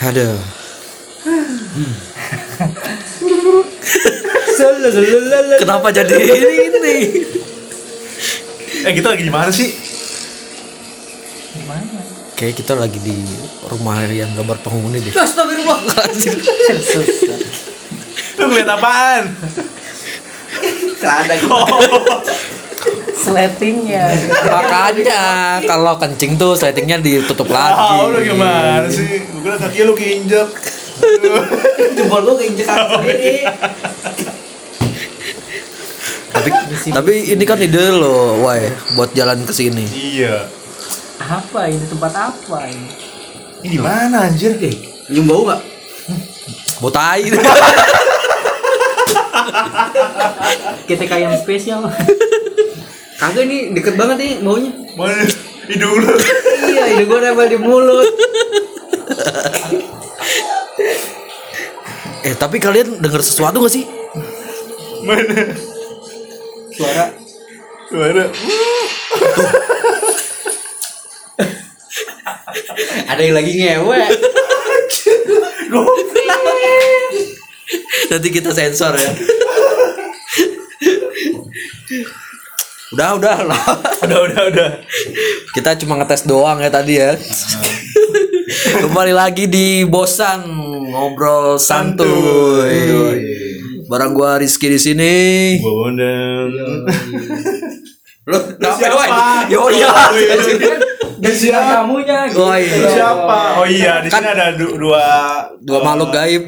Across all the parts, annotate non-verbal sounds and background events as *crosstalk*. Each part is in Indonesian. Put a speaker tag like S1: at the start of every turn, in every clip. S1: Aduh.
S2: Hmm.
S1: Salalalalala.
S2: *laughs* Kenapa jadi ini? ini?
S3: Eh kita lagi di mana sih? Di mana?
S1: Kayak kita lagi di rumah yang gambar penghuni deh.
S3: Lu ngeliat apaan? Oh.
S4: Celana gitu.
S1: Iya.
S4: Sletingnya.
S1: *laughs* Makanya kalau kencing tuh settingnya ditutup
S2: Ah,
S3: Tahu lu
S1: lagi.
S3: gimana sih? Gue kira kaki lu keinjek.
S4: Jempol lu keinjek aku sendiri.
S1: Iya. Tapi tapi ini kan ide lo, wah, buat jalan ke sini.
S3: Iya.
S4: Apa ini tempat apa ini?
S3: Ini di mana anjir?
S4: Nyium bau nggak?
S1: Botai.
S4: KTK yang spesial. *laughs*
S1: Iya.
S4: Kagak ini deket banget nih baunya.
S3: Mana? Hidung lu.
S4: iya, ini gua nempel di mulut.
S1: eh, tapi kalian dengar sesuatu gak sih?
S3: Mana?
S4: Suara
S3: Mana?
S4: ada yang lagi ngewe.
S1: Nanti kita sensor ya. udah, udah lah.
S3: Udah udah udah.
S1: Kita cuma ngetes doang ya tadi ya. Kembali lagi di Bosan Ngobrol Santuy. Barang gua Rizky di sini.
S3: Bondan.
S1: Lo
S3: Iya. siapa? Ya, oh,
S1: Yo iya.
S4: Dan siapa kamunya?
S1: Oh, iya.
S3: Lu siapa? Oh iya, di sini ada du- dua
S1: Dua makhluk gaib.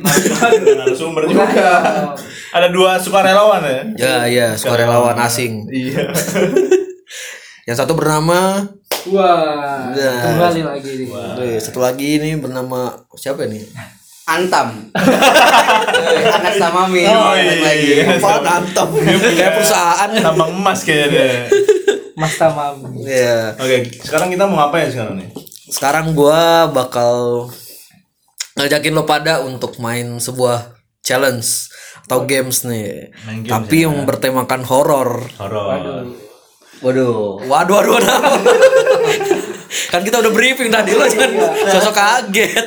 S3: sumber juga. Ada dua sukarelawan ya?
S1: Ya, ya, sukarelawan asing.
S3: Iya.
S1: Yang satu bernama
S4: Wah,
S1: Nah.
S4: kembali lagi nih.
S1: Wih, satu lagi ini bernama siapa nih?
S5: Antam.
S1: *laughs*
S5: Anas sama Mi.
S3: Oh,
S5: Balik
S3: iya.
S5: lagi.
S3: Apaan
S1: Antam. Kayak perusahaan.
S3: Tambang emas kayaknya. dia.
S4: Mas Tamam.
S1: Iya.
S3: Iya. Oke, sekarang kita mau ngapain sekarang nih?
S1: Sekarang gua bakal ngajakin lo pada untuk main sebuah challenge atau games nih.
S3: Main games ya.
S1: Tapi yang bertemakan horor.
S3: Horor.
S5: Waduh.
S1: Waduh, waduh, waduh. *laughs* kan kita udah briefing tadi lo jangan sosok kaget.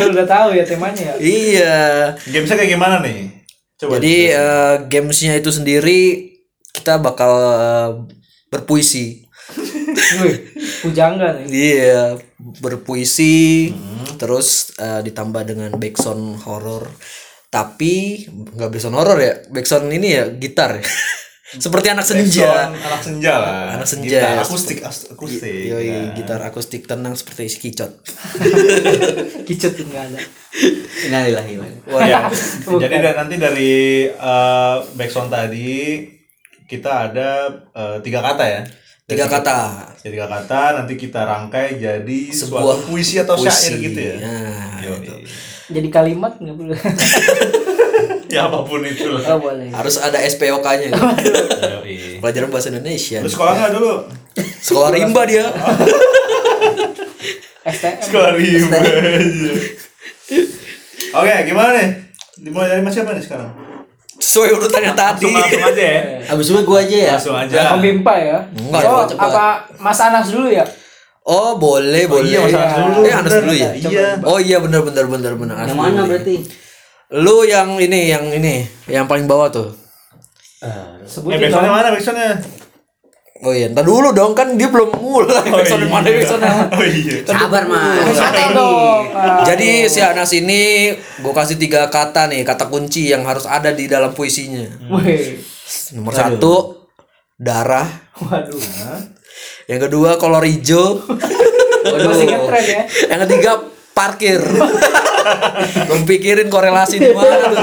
S4: Udah tahu ya temanya ya.
S1: *laughs* iya.
S3: Gamesnya kayak gimana nih? Coba.
S1: Jadi eh, gamesnya itu sendiri kita bakal eh, berpuisi.
S4: Wih, pujangga nih.
S1: Iya, berpuisi terus eh, ditambah dengan backsound horor. Tapi nggak backsound horor ya, backsound ini ya gitar. *laughs* Seperti anak senja.
S3: Sound anak senja lah.
S1: Iya. Anak senja. Iya,
S3: Gitar akustik, as- akustik.
S1: Yoi, gitar akustik tenang seperti isi kicot.
S4: Kicet enggak ada.
S5: Innalillahi wa inna-
S1: Wah, *laughs*
S3: Ya. Jadi dari, nanti dari eh, backsound tadi kita ada eh, tiga kata ya.
S1: tiga kata.
S3: Ya, tiga kata nanti kita rangkai jadi
S1: Sebuah
S3: suatu puisi atau syair
S1: puisi.
S3: gitu ya.
S1: Nah,
S3: Yoi.
S4: Jadi kalimat enggak boleh.
S3: Ya apapun itu lah.
S4: Oh, boleh.
S1: Harus ada SPOK-nya.
S3: Yoi.
S1: gitu. Pelajaran bahasa Indonesia.
S3: Lu sekolah nggak dulu?
S1: Sekolah rimba dia.
S4: STM.
S3: Sekolah rimba. aja. Oke, gimana nih? Dimulai dari mas siapa nih sekarang?
S1: Sesuai urutan yang tadi.
S3: Langsung, langsung aja ya.
S5: Abis itu gua aja ya.
S3: Langsung aja.
S4: Om Bimpa ya?
S1: Enggak,
S4: oh,
S1: cepat.
S4: apa Mas Anas dulu ya?
S1: Oh, boleh, boleh.
S3: Iya, Mas Anas dulu.
S1: Eh, Anas dulu ya.
S3: Iya.
S1: Oh iya benar benar benar benar. Anas
S5: Yang
S1: dulu
S5: mana
S1: ya.
S5: berarti?
S1: Lu yang ini, yang ini, yang paling bawah tuh.
S3: Eh,
S4: Sebutin
S3: backsoundnya
S4: dong.
S3: mana? Backsoundnya?
S1: Oh iya, ntar dulu dong kan dia belum mulai.
S3: iya.
S1: Backsound yang mana backsound yang mana?
S3: Oh iya.
S5: Sabar,
S4: Mas
S5: Mas. Santai
S4: Anas
S5: nih.
S4: dong. Ah.
S1: Jadi si Anas ini gue kasih tiga kata nih, kata kunci yang harus ada di dalam puisinya.
S4: Wih.
S1: Nomor satu darah,
S4: Waduh.
S1: yang kedua kolor *laughs* hijau,
S4: Masih ngetren ya.
S1: yang ketiga *laughs* parkir. Lu pikirin korelasi di mana tuh?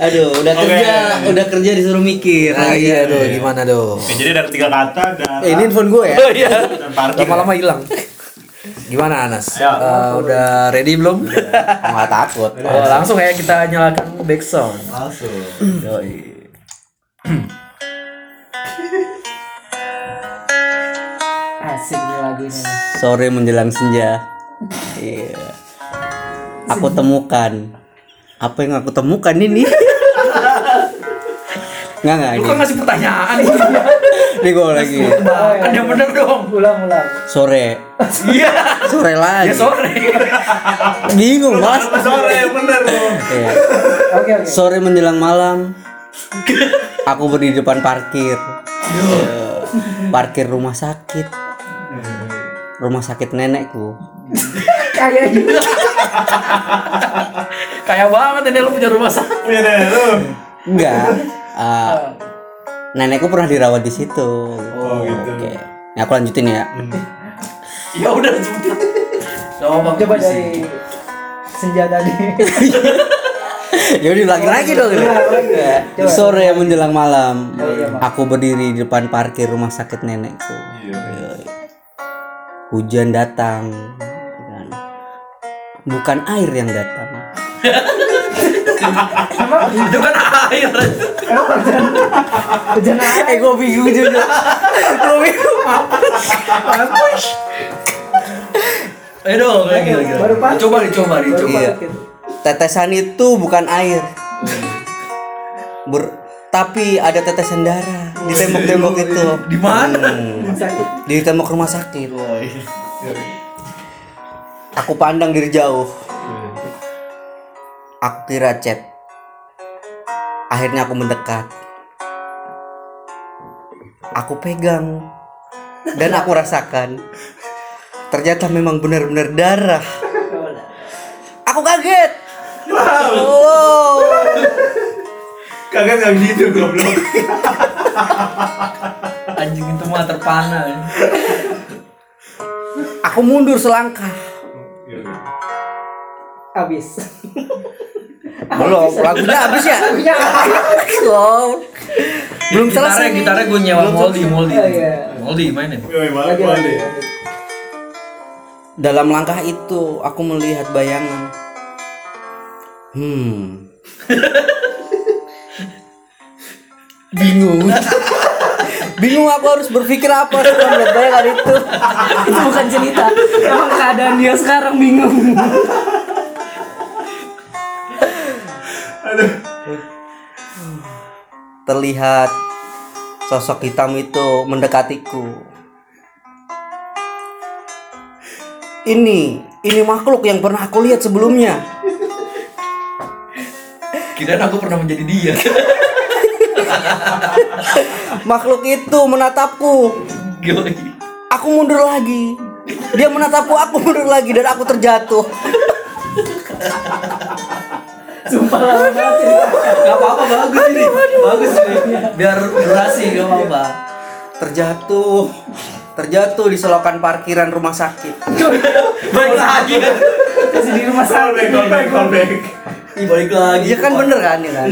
S5: Aduh, udah
S3: Oke.
S5: kerja, udah kerja disuruh mikir.
S1: Nah, iya tuh, gimana tuh?
S3: Oke, jadi dari tiga kata dan
S5: Eh, Ah, ini handphone gua ya.
S1: Oh iya.
S3: dan parkir.
S1: lama-lama hilang gimana Anas
S3: Ayo.
S1: Eh, udah ready belum
S5: Enggak takut.
S1: Oh, langsung ya kita nyalakan backsound
S3: Langsung.
S4: Asik nih lagunya.
S5: Sore menjelang senja. Iya. Aku temukan. Apa yang aku *laughs* temukan ini? Enggak enggak ini.
S3: kan
S1: ngasih pertanyaan
S5: *laughs* Ini gue lagi
S1: Ada bener dong. Ulang ulang.
S5: sore.
S1: Iya.
S5: Sore
S1: Ya
S5: lagi.
S1: sore.
S5: Bingung mas.
S3: Sore bener lu.
S5: Iya.
S1: Oke oke.
S5: Sore menjelang malam. Aku berdiri di depan parkir. Eh, Parkir rumah sakit. Rumah sakit nenekku.
S1: Kayak
S2: *laughs*
S1: gitu. Kayak banget ini lu punya rumah sakit.
S3: Iya deh lu.
S5: Enggak. Eh, nenekku pernah dirawat di situ. Oh
S3: gitu.
S5: Oke. Nah, aku lanjutin ya. *laughs*
S1: Ya udah sebutin. Coba
S2: Coba dari senja tadi.
S5: ya udah lagi lagi dong. Sore menjelang malam, aku berdiri di depan parkir rumah sakit nenekku. Yoi. Hujan datang, dan bukan air yang datang,
S1: itu kan air.
S2: Hujan air.
S5: eh gue bingung juga gue bingung
S1: Eh dong, kayak gila gila.
S2: Baru pas.
S1: Coba dicoba dicoba.
S5: iya. tetesan itu bukan air Ber- tapi ada tetesan darah di tembok-tembok itu
S1: Di mana?
S5: di tembok rumah sakit aku pandang dari jauh Iya. aku kira chat akhirnya aku mendekat aku pegang dan aku rasakan ternyata memang benar-benar darah aku kaget wow
S3: Kagak nggak gitu goblok.
S1: Anjing itu mah terpana.
S5: aku mundur selangkah
S2: Habis.
S5: belum lagunya habis ya
S2: Punya
S5: Wow. belum
S1: Gitarnya
S5: selesai nih.
S1: gitarnya gue nyewa Moldi Moldi.
S2: Oh, iya.
S1: Moldi mainin.
S3: Yoi, malah gua deh.
S5: Dalam langkah itu aku melihat bayangan. Hmm.
S1: *laughs*
S5: Bingung. Bingung aku harus berpikir apa setelah melihat bayangan itu.
S2: Itu bukan cerita. Emang keadaan dia sekarang bingung.
S5: Terlihat sosok hitam itu mendekatiku. Ini, ini makhluk yang pernah aku lihat sebelumnya.
S1: Kirain aku pernah menjadi dia. *laughs*
S5: Makhluk itu menatapku.
S1: Gila.
S5: Aku mundur lagi. Dia menatapku, aku mundur lagi dan aku terjatuh.
S2: Sumpah lama banget cerita.
S1: Gak apa-apa bagus ini. Bagus ini. Biar durasi gak apa-apa.
S5: Terjatuh. Terjatuh di selokan parkiran rumah sakit.
S1: Baik lagi. kan?
S2: Masih di rumah sakit.
S3: Callback, callback, callback.
S1: Baik lagi.
S5: Iya kan bener kan ya kan?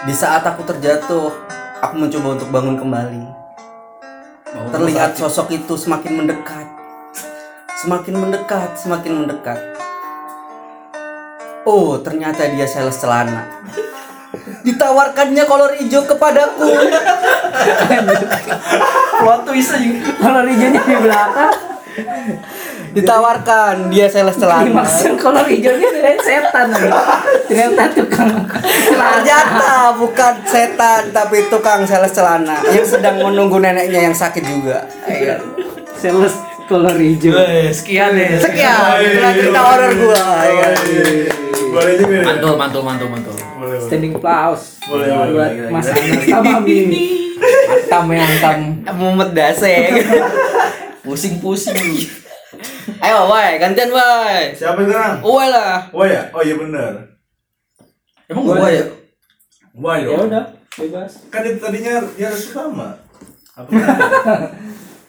S5: Di saat aku terjatuh, aku mencoba untuk bangun kembali. Terlihat sosok itu semakin mendekat. Semakin mendekat, semakin mendekat. Oh, ternyata dia sales celana. Ditawarkannya kolor hijau kepadaku.
S1: Plot twist aja.
S2: Kalau hijaunya di belakang,
S5: Ditawarkan dia sales celana.
S2: dimaksud kalau hijaunya ternyata setan. Ternyata tukang.
S5: Ternyata bukan setan tapi tukang sales celana yang sedang menunggu neneknya yang sakit juga. Iya.
S2: Sales kolor hijau.
S1: Weh, Eh, Sekian ya. deh.
S5: Sekian, ya, itulah cerita horor gua. ya kan?
S3: Boleh juga ya.
S1: Mantul mantul mantul mantul.
S3: Boleh, boleh.
S2: Standing applause.
S3: Boleh, boleh,
S2: Buat
S3: boleh.
S2: Mas Anas sama Mimi.
S5: Antam yang antam. Mumet daseng.
S1: Pusing-pusing. *laughs*
S5: Ayo, woi, gantian woi.
S3: Siapa sekarang?
S5: Woi lah.
S3: Wah ya? Oh iya bener.
S1: Emang gue ya?
S3: Wah
S2: Ya
S3: dong.
S2: udah, bebas.
S3: Kan itu tadinya ya sama.
S2: *laughs*
S3: Apa? Ya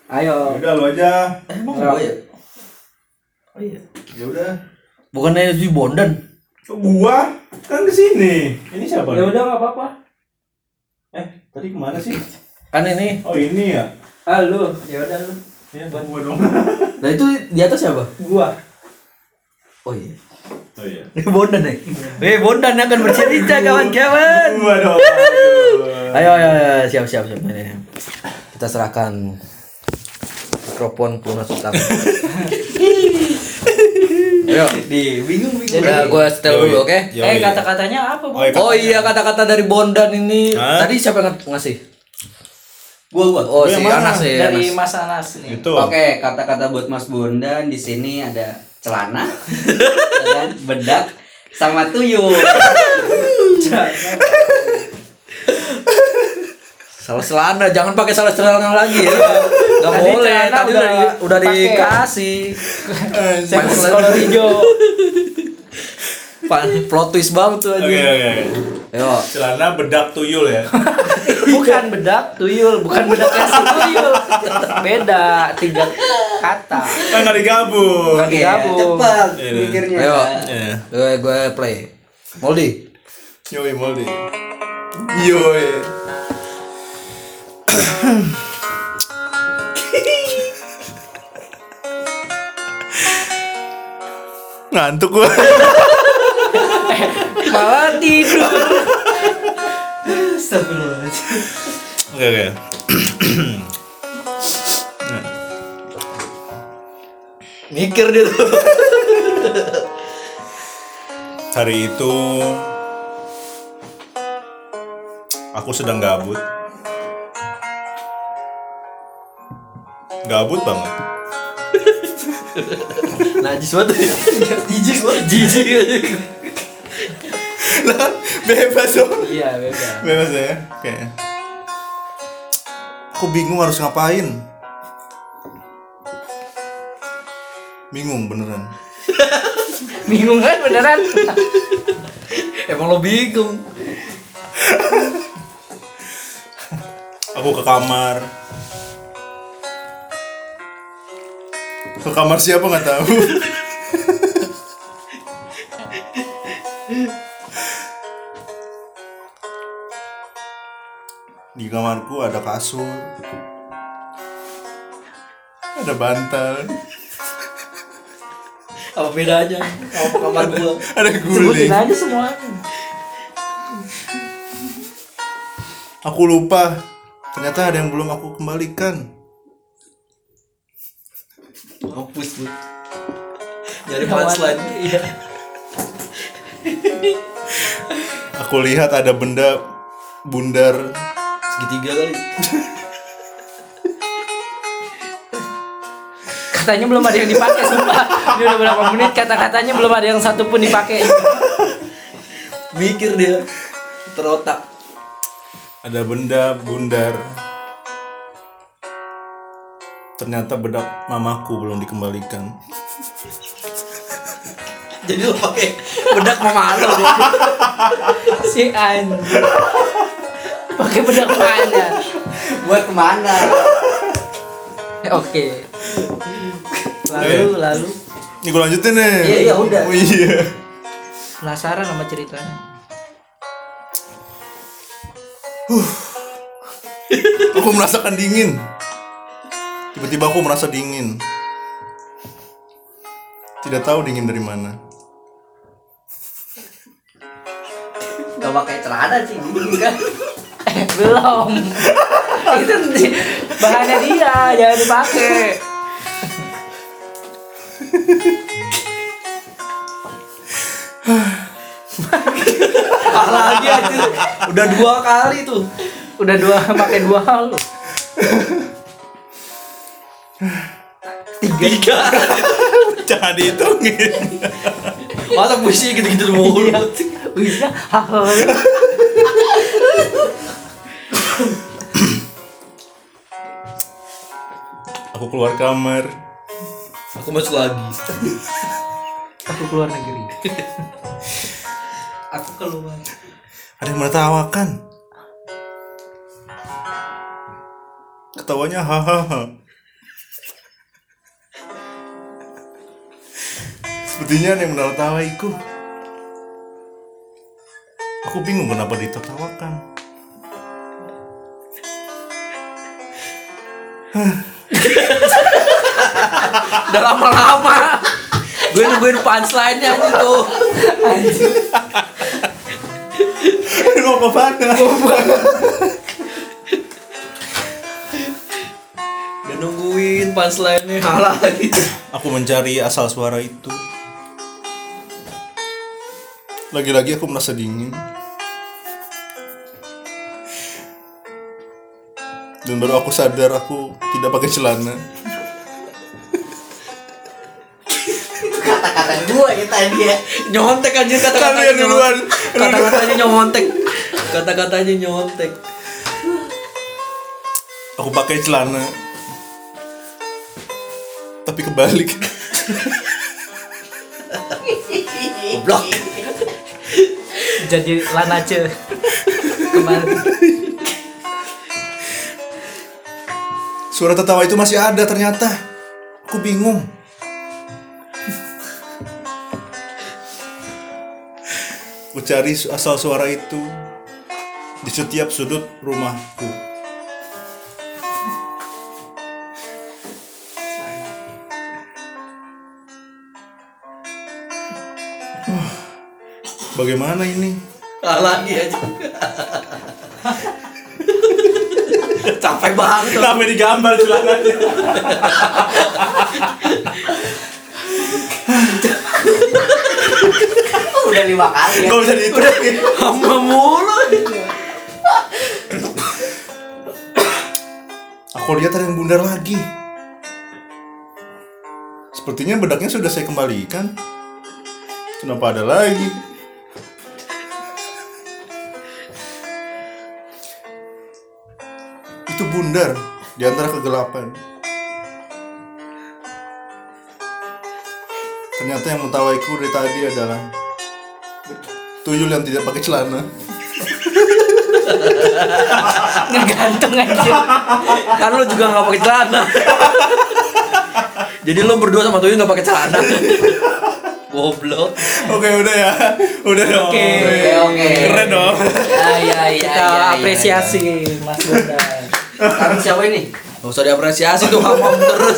S2: Ayo.
S3: Udah lu aja.
S1: Emang gue ya?
S3: Ya udah.
S1: Bukannya itu Bondan?
S3: Kok gua kan kesini. Ini siapa?
S2: Ya udah nggak apa-apa.
S3: Eh tadi kemana sih?
S1: Kan ini.
S3: Oh ini ya.
S2: Ah lu, ya udah lu.
S3: Ya gua dong.
S1: Nah itu di atas siapa?
S2: Gua.
S1: Oh iya. *laughs*
S3: Oh iya.
S1: Ini Bondan ya? Eh Bondan akan bercerita *laughs* kawan-kawan.
S3: Gua
S2: *laughs*
S3: dong.
S1: Ayo ayo ayo siap siap siap. Ini, ini.
S6: Kita serahkan mikrofon pelunas
S1: *laughs*
S6: utama. Ayo,
S5: Di bingung bingung.
S6: udah gue setel dulu, oke?
S3: Eh
S1: Kata-katanya apa?
S3: Oh iya.
S6: Oh iya kata-kata dari Bondan ini
S3: Hah?
S6: tadi siapa yang ngasih?
S5: Gua gua.
S1: Oh, si
S3: yang mana?
S1: Anas ya.
S2: dari
S1: Anas.
S2: Mas Anas nih
S3: Itu.
S5: Oke, kata-kata buat Mas Bondan di sini ada celana, dan bedak, sama tuyul.
S1: Salah celana, jangan pakai salah *laughs* celana lagi ya. Gak
S2: Tadi
S1: boleh,
S2: celana
S1: tadi udah,
S2: udah
S1: di- ya? udah
S2: pakai.
S1: dikasih.
S2: saya
S1: Mas-
S2: kolor hijau
S1: Pa- Plot twist banget tuh aja.
S3: Oke oke. oke.
S1: Yo,
S3: Celana bedak tuyul ya.
S2: bukan bedak tuyul bukan bedak kasih tuyul beda tiga kata
S3: Kan nggak digabung.
S2: *laughs* Bukan digabung.
S5: Cepat
S3: Iya.
S5: mikirnya.
S1: ayo.
S3: Iya.
S1: Gue gue play. Moldi.
S3: Yoi Moldi. Yoi. Ngantuk gua.
S1: Malah tidur.
S3: Oke oke.
S1: Mikir dia tuh.
S3: Hari itu aku sedang gabut. Gabut banget.
S1: *laughs* Najis banget. Jijik banget. Jijik.
S3: Lah, bebas dong.
S2: iya beda
S3: Bebas ya. Oke. Aku bingung harus ngapain. Bingung beneran.
S2: bingung kan beneran
S1: Emang lo bingung.
S3: Aku ke kamar. Ke kamar siapa nggak tahu. *laughs* Di kamarku ada kasur. Ada bantal.
S2: apa bedanya apa kamar gua
S3: Ada guling.
S2: sebutin aja semua
S3: Aku lupa. Ternyata ada yang belum aku kembalikan.
S1: Hapus lu. Nyari
S2: iya
S3: Aku lihat ada benda bundar.
S1: segitiga kali.
S2: katanya belum ada yang dipakai sumpah ini udah berapa menit kata-katanya belum ada yang satu pun dipakai
S1: Mikir dia. Terotak.
S3: Ada benda bundar. Ternyata bedak mamaku belum dikembalikan.
S1: Jadi lo pakai bedak mama lo. dia.
S2: *laughs* si An pakai bedak mana
S5: Buat kemana?
S2: Eh, oke lalu lalu
S3: Ini gue lanjutin nih.
S5: Iya, iya, udah.
S3: Oh, iya.
S2: penasaran sama ceritanya
S3: Aku merasakan dingin. Tiba-tiba aku merasa dingin. Tidak tahu dingin dari mana. *laughs*
S5: Gak pakai celana sih, dingin kan?
S2: Eh, belum itu di- bahannya dia jangan dipakai
S1: Lagi aja. Udah dua kali tuh.
S2: udah dua pakai dua hal
S1: Tiga.
S3: Jangan dihitungin.
S1: Masa puisi gitu-gitu mulu.
S2: bisa hal
S3: Aku keluar kamar.
S1: Aku masuk lagi.
S2: aku keluar negeri aku keluar
S3: Ada yang menertawakan. Ketawanya hahaha. Sepertinya ada yang menertawaiku. Aku bingung kenapa ditertawakan.
S1: Udah lama-lama. Gue nungguin punchline-nya gitu.
S3: Aduh, mau kemana?
S1: Udah nungguin punchline-nya kalah lagi.
S3: Aku mencari asal suara itu. Lagi-lagi aku merasa dingin. Dan baru aku sadar aku tidak pakai celana.
S5: Kata-kata gua ya tadi ya.
S1: nyontek anjir kata-katanya
S3: Kalian Iya, duluan.
S1: nyontek. kata-katanya nyontek kata-katanya nyontek
S3: Aku pakai celana. Tapi kebalik.
S1: goblok
S2: jadi lanace kemarin
S3: Suara tertawa itu masih ada ternyata. Aku bingung. Aku cari su- asal suara itu di setiap sudut rumahku. Wah, Bagaimana ini?
S1: Ah, lagi aja capek banget
S3: Kenapa digambar celananya?
S5: Udah lima kali ya.
S3: Gak bisa dihitungin.
S1: sama mulu
S3: Aku lihat ada yang bundar lagi. Sepertinya bedaknya sudah saya kembalikan. Kenapa ada lagi? Itu bundar di antara kegelapan. Ternyata yang mentawaiku dari tadi adalah tuyul yang tidak pakai
S7: *laughs*
S3: celana.
S8: Ngegantung
S5: Iya,
S8: aja.
S1: kan lu juga nggak pakai celana jadi lu berdua sama tuyul nggak pakai celana goblok
S3: Oke, udah
S7: *laughs*
S3: ya. Udah dong.
S5: Oke oke.
S3: Keren dong.
S5: Ya ya ya.
S2: kita
S5: ya, ya.
S2: apresiasi Mas Bondan
S5: Tapi siapa ini?
S1: gak usah diapresiasi tuh hamam terus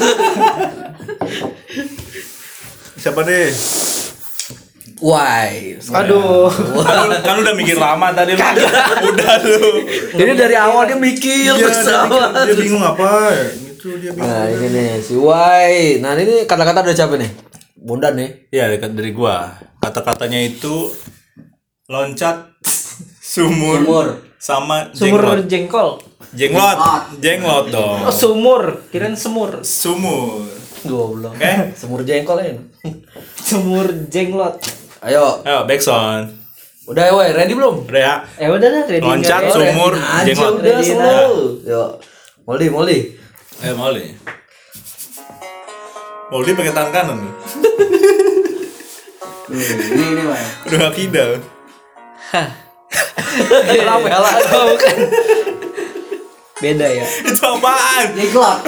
S3: Siapa deh?
S1: why
S2: aduh
S7: Kan lu- kan lu udah mikir lama tadi lu. *laughs* Udah lu.
S1: jadi dari awal dia mikir
S3: Iya,
S1: bersama
S3: dia, dia bingung apa ya?
S7: Gitu,
S3: Itu dia bingung.
S1: Nah ini nih si Wai. Nah ini kata-kata udah capek nih. Bondan nih.
S7: Ya dekat dari gua. Kata-katanya itu loncat *laughs* sumur,
S5: Umur.
S7: sama
S2: sumur
S7: jenglot.
S2: jengkol
S7: Jenglot. Jenglot dong.
S2: oh, sumur kirain semur
S7: Sumur.
S1: Goblok.
S7: Oke.
S1: Semur jengkol ini.
S2: sumur jenglot
S1: Ayo.
S7: Ayo backsound.
S1: Udah ya Wai. Ready belum?
S7: Udah ya.
S2: eh udah dah ready
S7: Loncat
S2: nggak? ya?
S1: Ready
S2: *laughs*
S7: sumur
S1: aja,
S7: jenglot.
S1: Udah slow. Yo. Moldi, Moldi.
S7: Ayo mau deh.
S3: Moldi pakai tangan kanan nih.
S5: Ini ini Pak.
S3: Udah gak kidal.
S2: Iya,
S1: Kenapa ya lah?
S2: bukan beda ya
S3: Itu apaan?
S5: Ini gelap.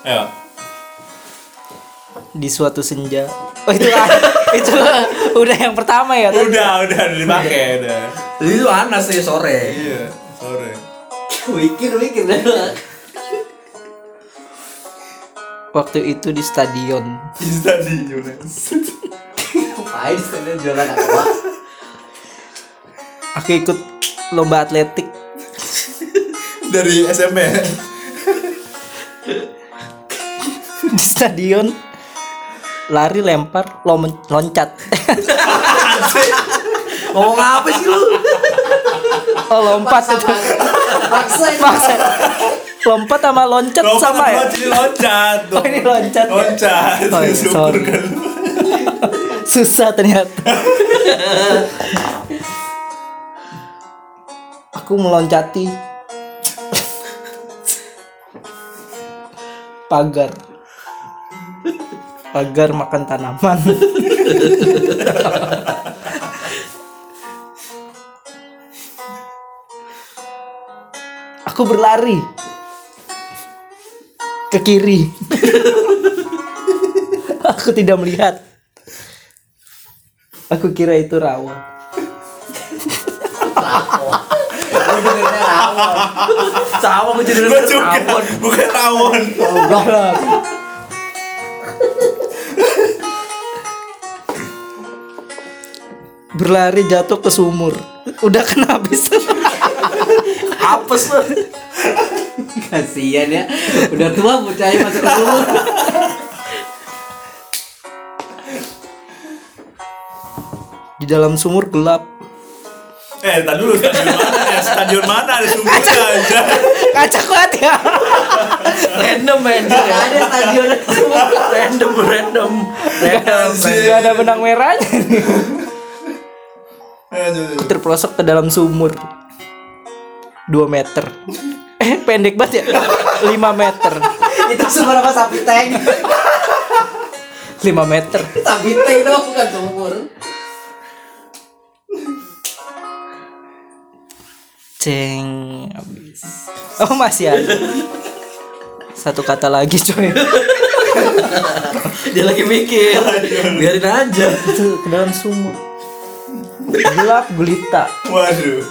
S3: Ayo.
S2: di suatu senja oh itu *laughs* itu udah yang pertama ya tadi.
S3: Udah, udah, udah
S9: Iya.
S3: dipakai, udah.
S1: Itu panas nih sore.
S3: Iya, sore.
S5: Mikir mikir dah.
S2: waktu itu *laughs* di stadion
S3: Insta di Yunes.
S5: Ngapain di sana jualan apa?
S2: aku ikut lomba atletik *laughs*
S3: Dari SMP.
S2: di stadion lari lempar lom-
S5: *laughs*
S2: loncat
S1: Ngomong apa sih lu?
S2: oh lompat itu
S5: Paksa ini.
S2: Paksa. lompat sama loncat
S3: Kalau
S2: sama ya
S3: Jadi loncat.
S2: oh ini loncat ya?
S3: Loncat.
S2: Oh, iya,
S3: Syukur
S2: sorry.
S3: kan.
S2: susah ternyata aku meloncati pagar pagar makan tanaman aku berlari ke kiri aku tidak melihat Aku kira itu rawa.
S5: Benernya rawon.
S1: Sama gue jadi
S3: Gua juga. Bukan rawon.
S2: Oh, Berlari jatuh ke sumur. Udah kena habis.
S1: Apes lu.
S5: Kasian ya. Udah tua bocahnya masuk ke sumur.
S2: Di dalam sumur gelap.
S3: Eh, tar dulu stadion mana? Eh, stadion mana ada sumbernya aja.
S2: Kacak banget ya.
S10: random anjir ya.
S5: Ada stadion
S10: random random random
S2: Gak ada benang merahnya nih.
S9: Eh,
S2: Aku terpelosok ke dalam sumur 2 meter Eh pendek banget ya 5 meter
S5: itu sumur apa sapi tank?
S2: 5 meter
S5: Sapi tank dong bukan sumur.
S2: Ceng habis. Oh masih ada Satu kata lagi coy
S1: dia lagi mikir biarin aja
S2: Itu ke dalam sumur Gelap gulita
S3: Waduh.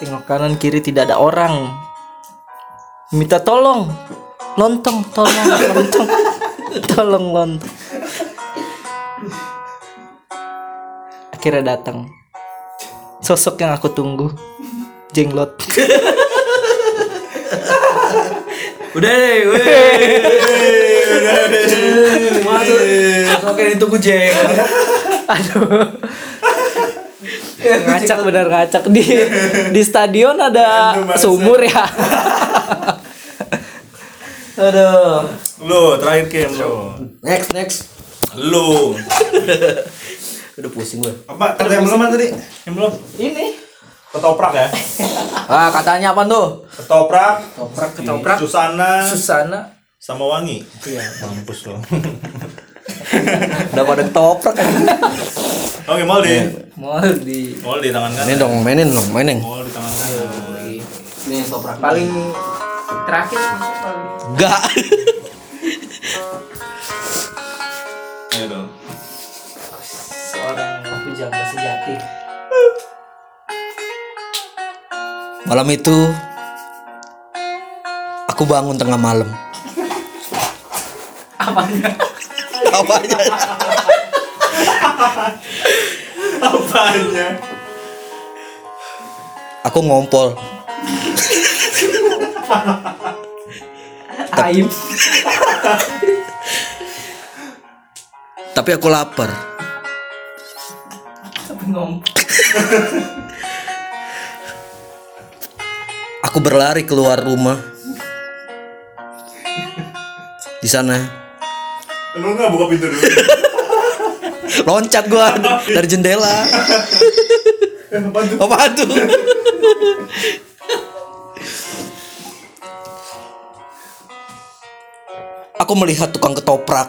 S2: Tengok kanan kiri tidak ada orang. Minta tolong. Lontong, tolong, lontong. Tolong lontong. Akhirnya datang. Sosok yang aku tunggu. Jenglot.
S1: udah deh weh. masuk masuk yang ditunggu jeng
S2: Aduh. *laughs* ngacak bener ngacak di di stadion ada sumur ya.
S10: *laughs*
S2: Aduh.
S3: Lo terakhir game lo.
S1: next next
S3: Lo.
S1: udah pusing gue
S9: Apa kata yang belum Mas, tadi? Yang belum? Ini. Ketoprak ya?
S1: ah katanya apa tuh
S9: Ketoprak. Ketoprak, ketoprak. Susana
S2: Susana
S3: Sama Wangi. Iya. Mampus lo.
S1: udah pada ketoprak
S3: *laughs* Oke,
S9: Iya.
S3: Moldi.
S2: mau di
S3: Moldi tangan kanan.
S1: ini dong mainin dong mainin
S3: Mall di tangan kanan.
S10: paling terakhir
S1: gak
S3: Ayo Iya dong.
S10: seorang pujangga sejati
S1: malam itu aku bangun tengah malam apanya apanya
S3: Apanya?
S1: aku ngompol
S10: aib *laughs*
S1: tapi aku lapar
S10: ngom
S1: aku berlari keluar rumah di sana
S3: Lu nggak buka pintu dulu?
S1: loncat *laughs* gua dari jendela apa tuh aku melihat tukang ketoprak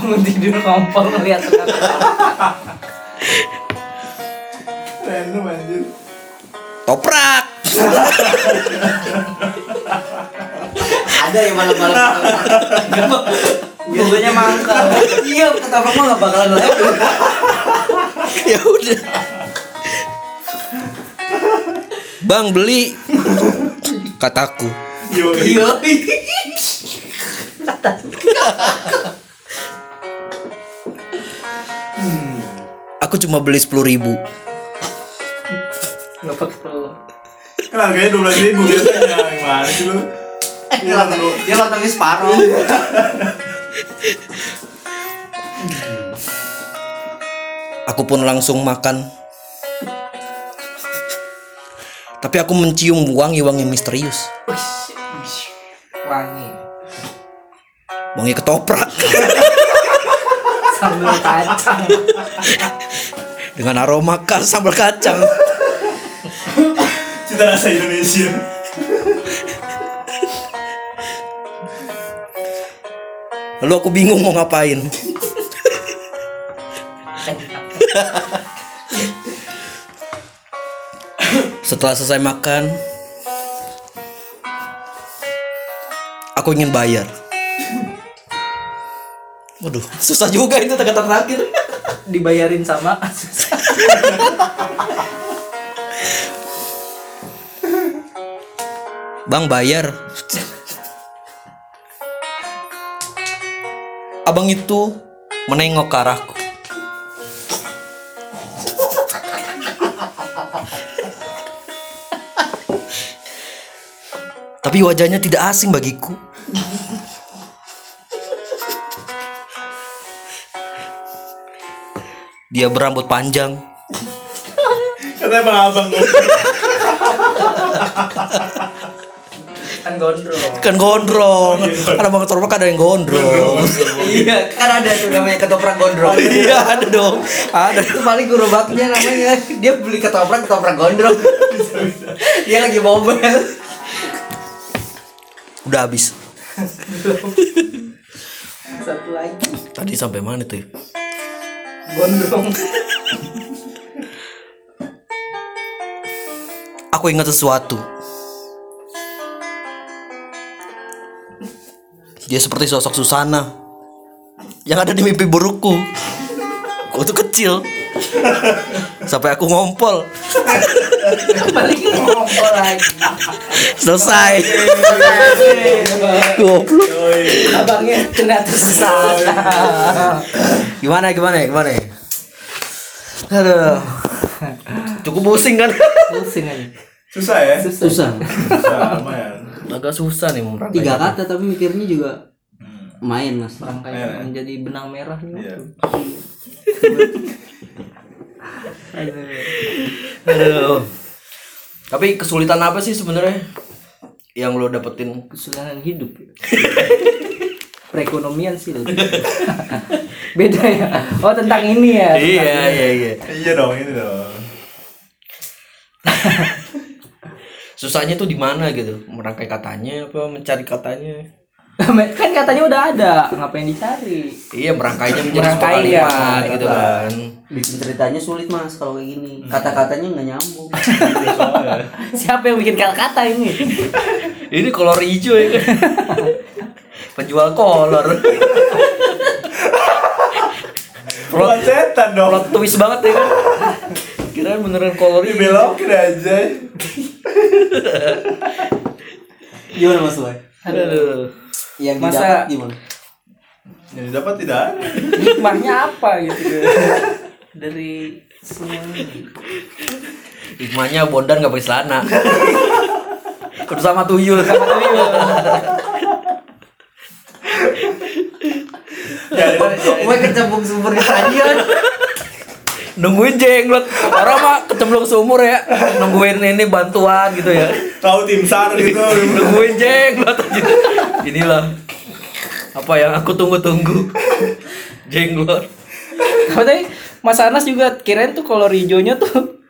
S10: bangun tidur ngompol melihat tukang
S1: toprak *laughs*
S5: Ada yang malam-malam. Bunganya mangkal. Iya, kata mama nggak bakalan lagi.
S1: ya udah bang beli kataku
S3: Yo,
S5: Iya.
S1: aku cuma beli sepuluh ribu
S10: nggak pakai telur
S3: kan harganya dua belas ribu biasanya. Gimana sih lu?
S5: Dia lontong- Dia lontongnya separuh.
S1: aku pun langsung makan tapi aku mencium wangi-wangi misterius
S10: wangi
S1: wangi ketoprak
S10: sambil kacang
S1: dengan aroma khas sambal kacang
S3: Cita rasa Indonesia.
S1: lalu aku bingung mau ngapain setelah selesai makan aku ingin bayar waduh susah juga itu kata terakhir
S10: dibayarin sama
S1: Bang bayar. Abang itu menengok ke arahku. Tapi wajahnya tidak asing bagiku. Dia berambut panjang.
S3: Katanya bang abang gue.
S11: kan gondrong
S1: Kan gondrong. Karena bang ketoprak ada yang gondrong.
S2: Iya, kan ada tuh namanya ketoprak gondrong.
S1: *laughs* Iya ada dong. Ah, Ada.
S2: Itu paling gerobaknya namanya. Dia beli ketoprak ketoprak gondrong. Dia lagi bobel.
S1: Udah habis.
S2: Satu lagi.
S1: Tadi sampai mana tuh? ya?
S2: Gondrong.
S1: Aku ingat sesuatu. Dia seperti sosok Susana yang ada di mimpi burukku. Aku tuh kecil. Sampai aku ngompol.
S2: Paling ngompol lagi.
S1: Selesai. Goblok.
S2: Abangnya kena tersesat.
S1: Gimana gimana gimana? Aduh. Cukup pusing kan?
S2: Pusing aja.
S3: Susah ya?
S5: susah
S3: Susah, lumayan.
S1: Agak susah nih mau
S5: tiga kata tapi mikirnya juga Hmm. main mas
S3: Merah.
S2: Kayak menjadi benang merah nih.
S3: Iya.
S1: Aduh. Tapi kesulitan apa sih sebenarnya yang lo dapetin?
S2: Kesulitan
S1: *laughs*
S2: hidup. Perekonomian sih lebih. *laughs* Beda ya. Oh, tentang ini ya.
S1: Iya iya iya.
S3: Iya dong, ini dong.
S1: Susahnya tuh di mana gitu? Merangkai katanya apa mencari katanya?
S2: kan katanya udah ada, ngapain dicari?
S1: Iya merangkainya menjadi sebuah
S2: Merangkai, ya.
S1: kalimat gitu kan.
S5: bikin ceritanya sulit mas kalau kayak gini kata-katanya nggak nyambung
S2: Siapa yang bikin kata-kata ini?
S1: Ini kolor hijau ya *laughs* kan? Penjual kolor.
S3: Bukan setan dong.
S1: Plot twist banget ya kan? Kirain beneran kolor hijau.
S3: Dibelokin aja.
S5: gimana mas Loy
S1: Aduh.
S5: yang
S2: Masa-
S5: didapat gimana
S3: Yang dapat tidak ada.
S2: Hikmahnya apa
S5: *laughs*
S2: gitu? Dari semua ini.
S1: Hikmahnya Bondan nggak pakai celana. *laughs* Kudu sama tuyul sama tuyul.
S3: Ya, ini-
S2: Gue kecebung sumber di stadion.
S1: Nungguin jenglot. Orang mah kecemplung seumur ya. Nungguin ini bantuan gitu ya.
S3: tahu tim sar
S1: Iya,
S3: gitu.
S1: Nungguin jenglot aja. Inilah apa yang aku tunggu-tunggu. Jenglot.
S2: Apa tadi? Mas Anas juga kirain tuh kolor hijaunya tuh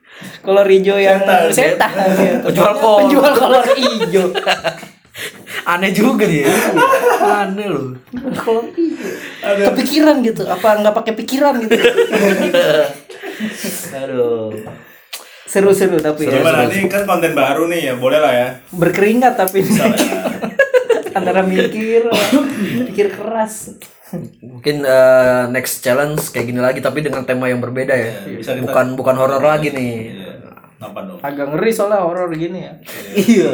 S2: kolor hijau yang
S3: Setan.
S2: setan. ya.
S1: Penjual kolor.
S2: Penjual kolor hijau.
S1: Aneh juga dia. Aneh loh.
S2: Kolor hijau. Kepikiran gitu, apa nggak pakai pikiran gitu.
S1: Aduh.
S2: Seru-seru
S1: iya.
S2: tapi ya.
S3: Gimana nanti kan konten baru nih ya, boleh lah ya.
S2: Berkeringat tapi ini. antara mikir pikir keras.
S1: Mungkin eh, next challenge kayak gini lagi tapi dengan tema yang berbeda ya.
S3: bisa kita-
S1: Bukan bukan horor lagi nih.
S3: Apa Iya. dong?
S2: Agak ngeri soalnya horor gini ya.
S5: iya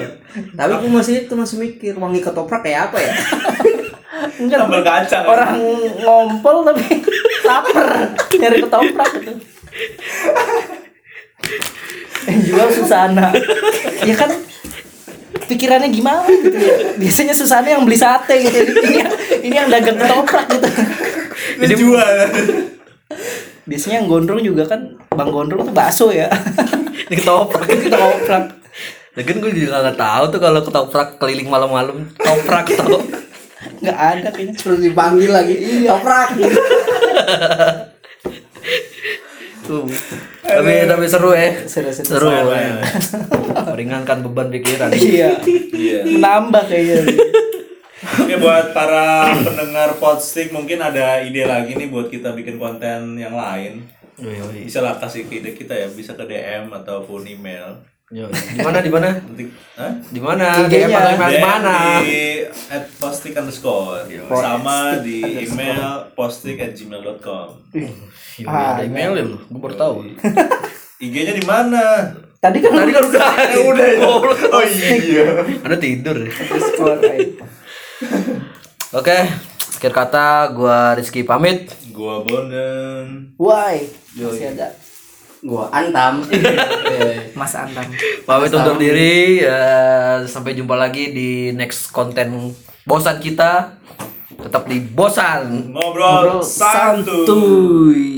S5: tapi aku masih itu masih mikir wangi ketoprak kayak apa ya
S2: Enggak
S3: Sambal kacang.
S2: orang ngompol tapi *laughs* lapar nyari ketoprak gitu. Yang jual Susana. ya kan pikirannya gimana gitu ya. Biasanya Susana yang beli sate gitu. Ini yang, ini yang dagang ketoprak gitu.
S3: Ini jual.
S2: Biasanya yang gondrong juga kan Bang Gondrong tuh bakso ya.
S1: Ini ketoprak.
S2: ketoprak.
S1: Lagian gue juga gak tahu tuh kalau ketoprak keliling malam-malam ketoprak tau
S2: Enggak ada kayaknya.
S5: *laughs* terus dipanggil lagi iya ketoprak
S1: tuh. Tapi tapi seru ya.
S2: Seru-seru.
S1: Seru. Meringankan beban pikiran.
S2: Iya.
S3: Iya.
S2: Menambah kayaknya.
S3: Oke buat para pendengar Podstick mungkin ada ide lagi nih buat kita bikin konten yang lain.
S1: Yoi, yoi.
S3: Bisa lah kasih ke ide kita ya, bisa ke DM ataupun email.
S1: Yoi. Di mana di mana?
S3: Nanti, hah?
S1: Di mana? Di mana? Di mana? Iya.
S3: Di at postik underscore Sama di email postik at gmail.com
S1: Yoi, Ada email ya lu. Gue baru tahu.
S3: IG-nya di mana?
S2: Tadi kan
S1: Tadi kan *laughs* udah. Udah.
S3: Oh iya
S1: Ada tidur. ya.
S3: kan
S2: skor.
S1: Oke. Akhir kata gua Rizky pamit.
S3: Gua Bondan
S2: Why? Masih ada.
S5: gua antam *laughs* Eh,
S2: Mas Antam.
S1: Pamit untuk diri. eh, sampai jumpa lagi di next konten bosan kita. Tetap di bosan.
S3: Ngobrol, santuy.
S2: Tui.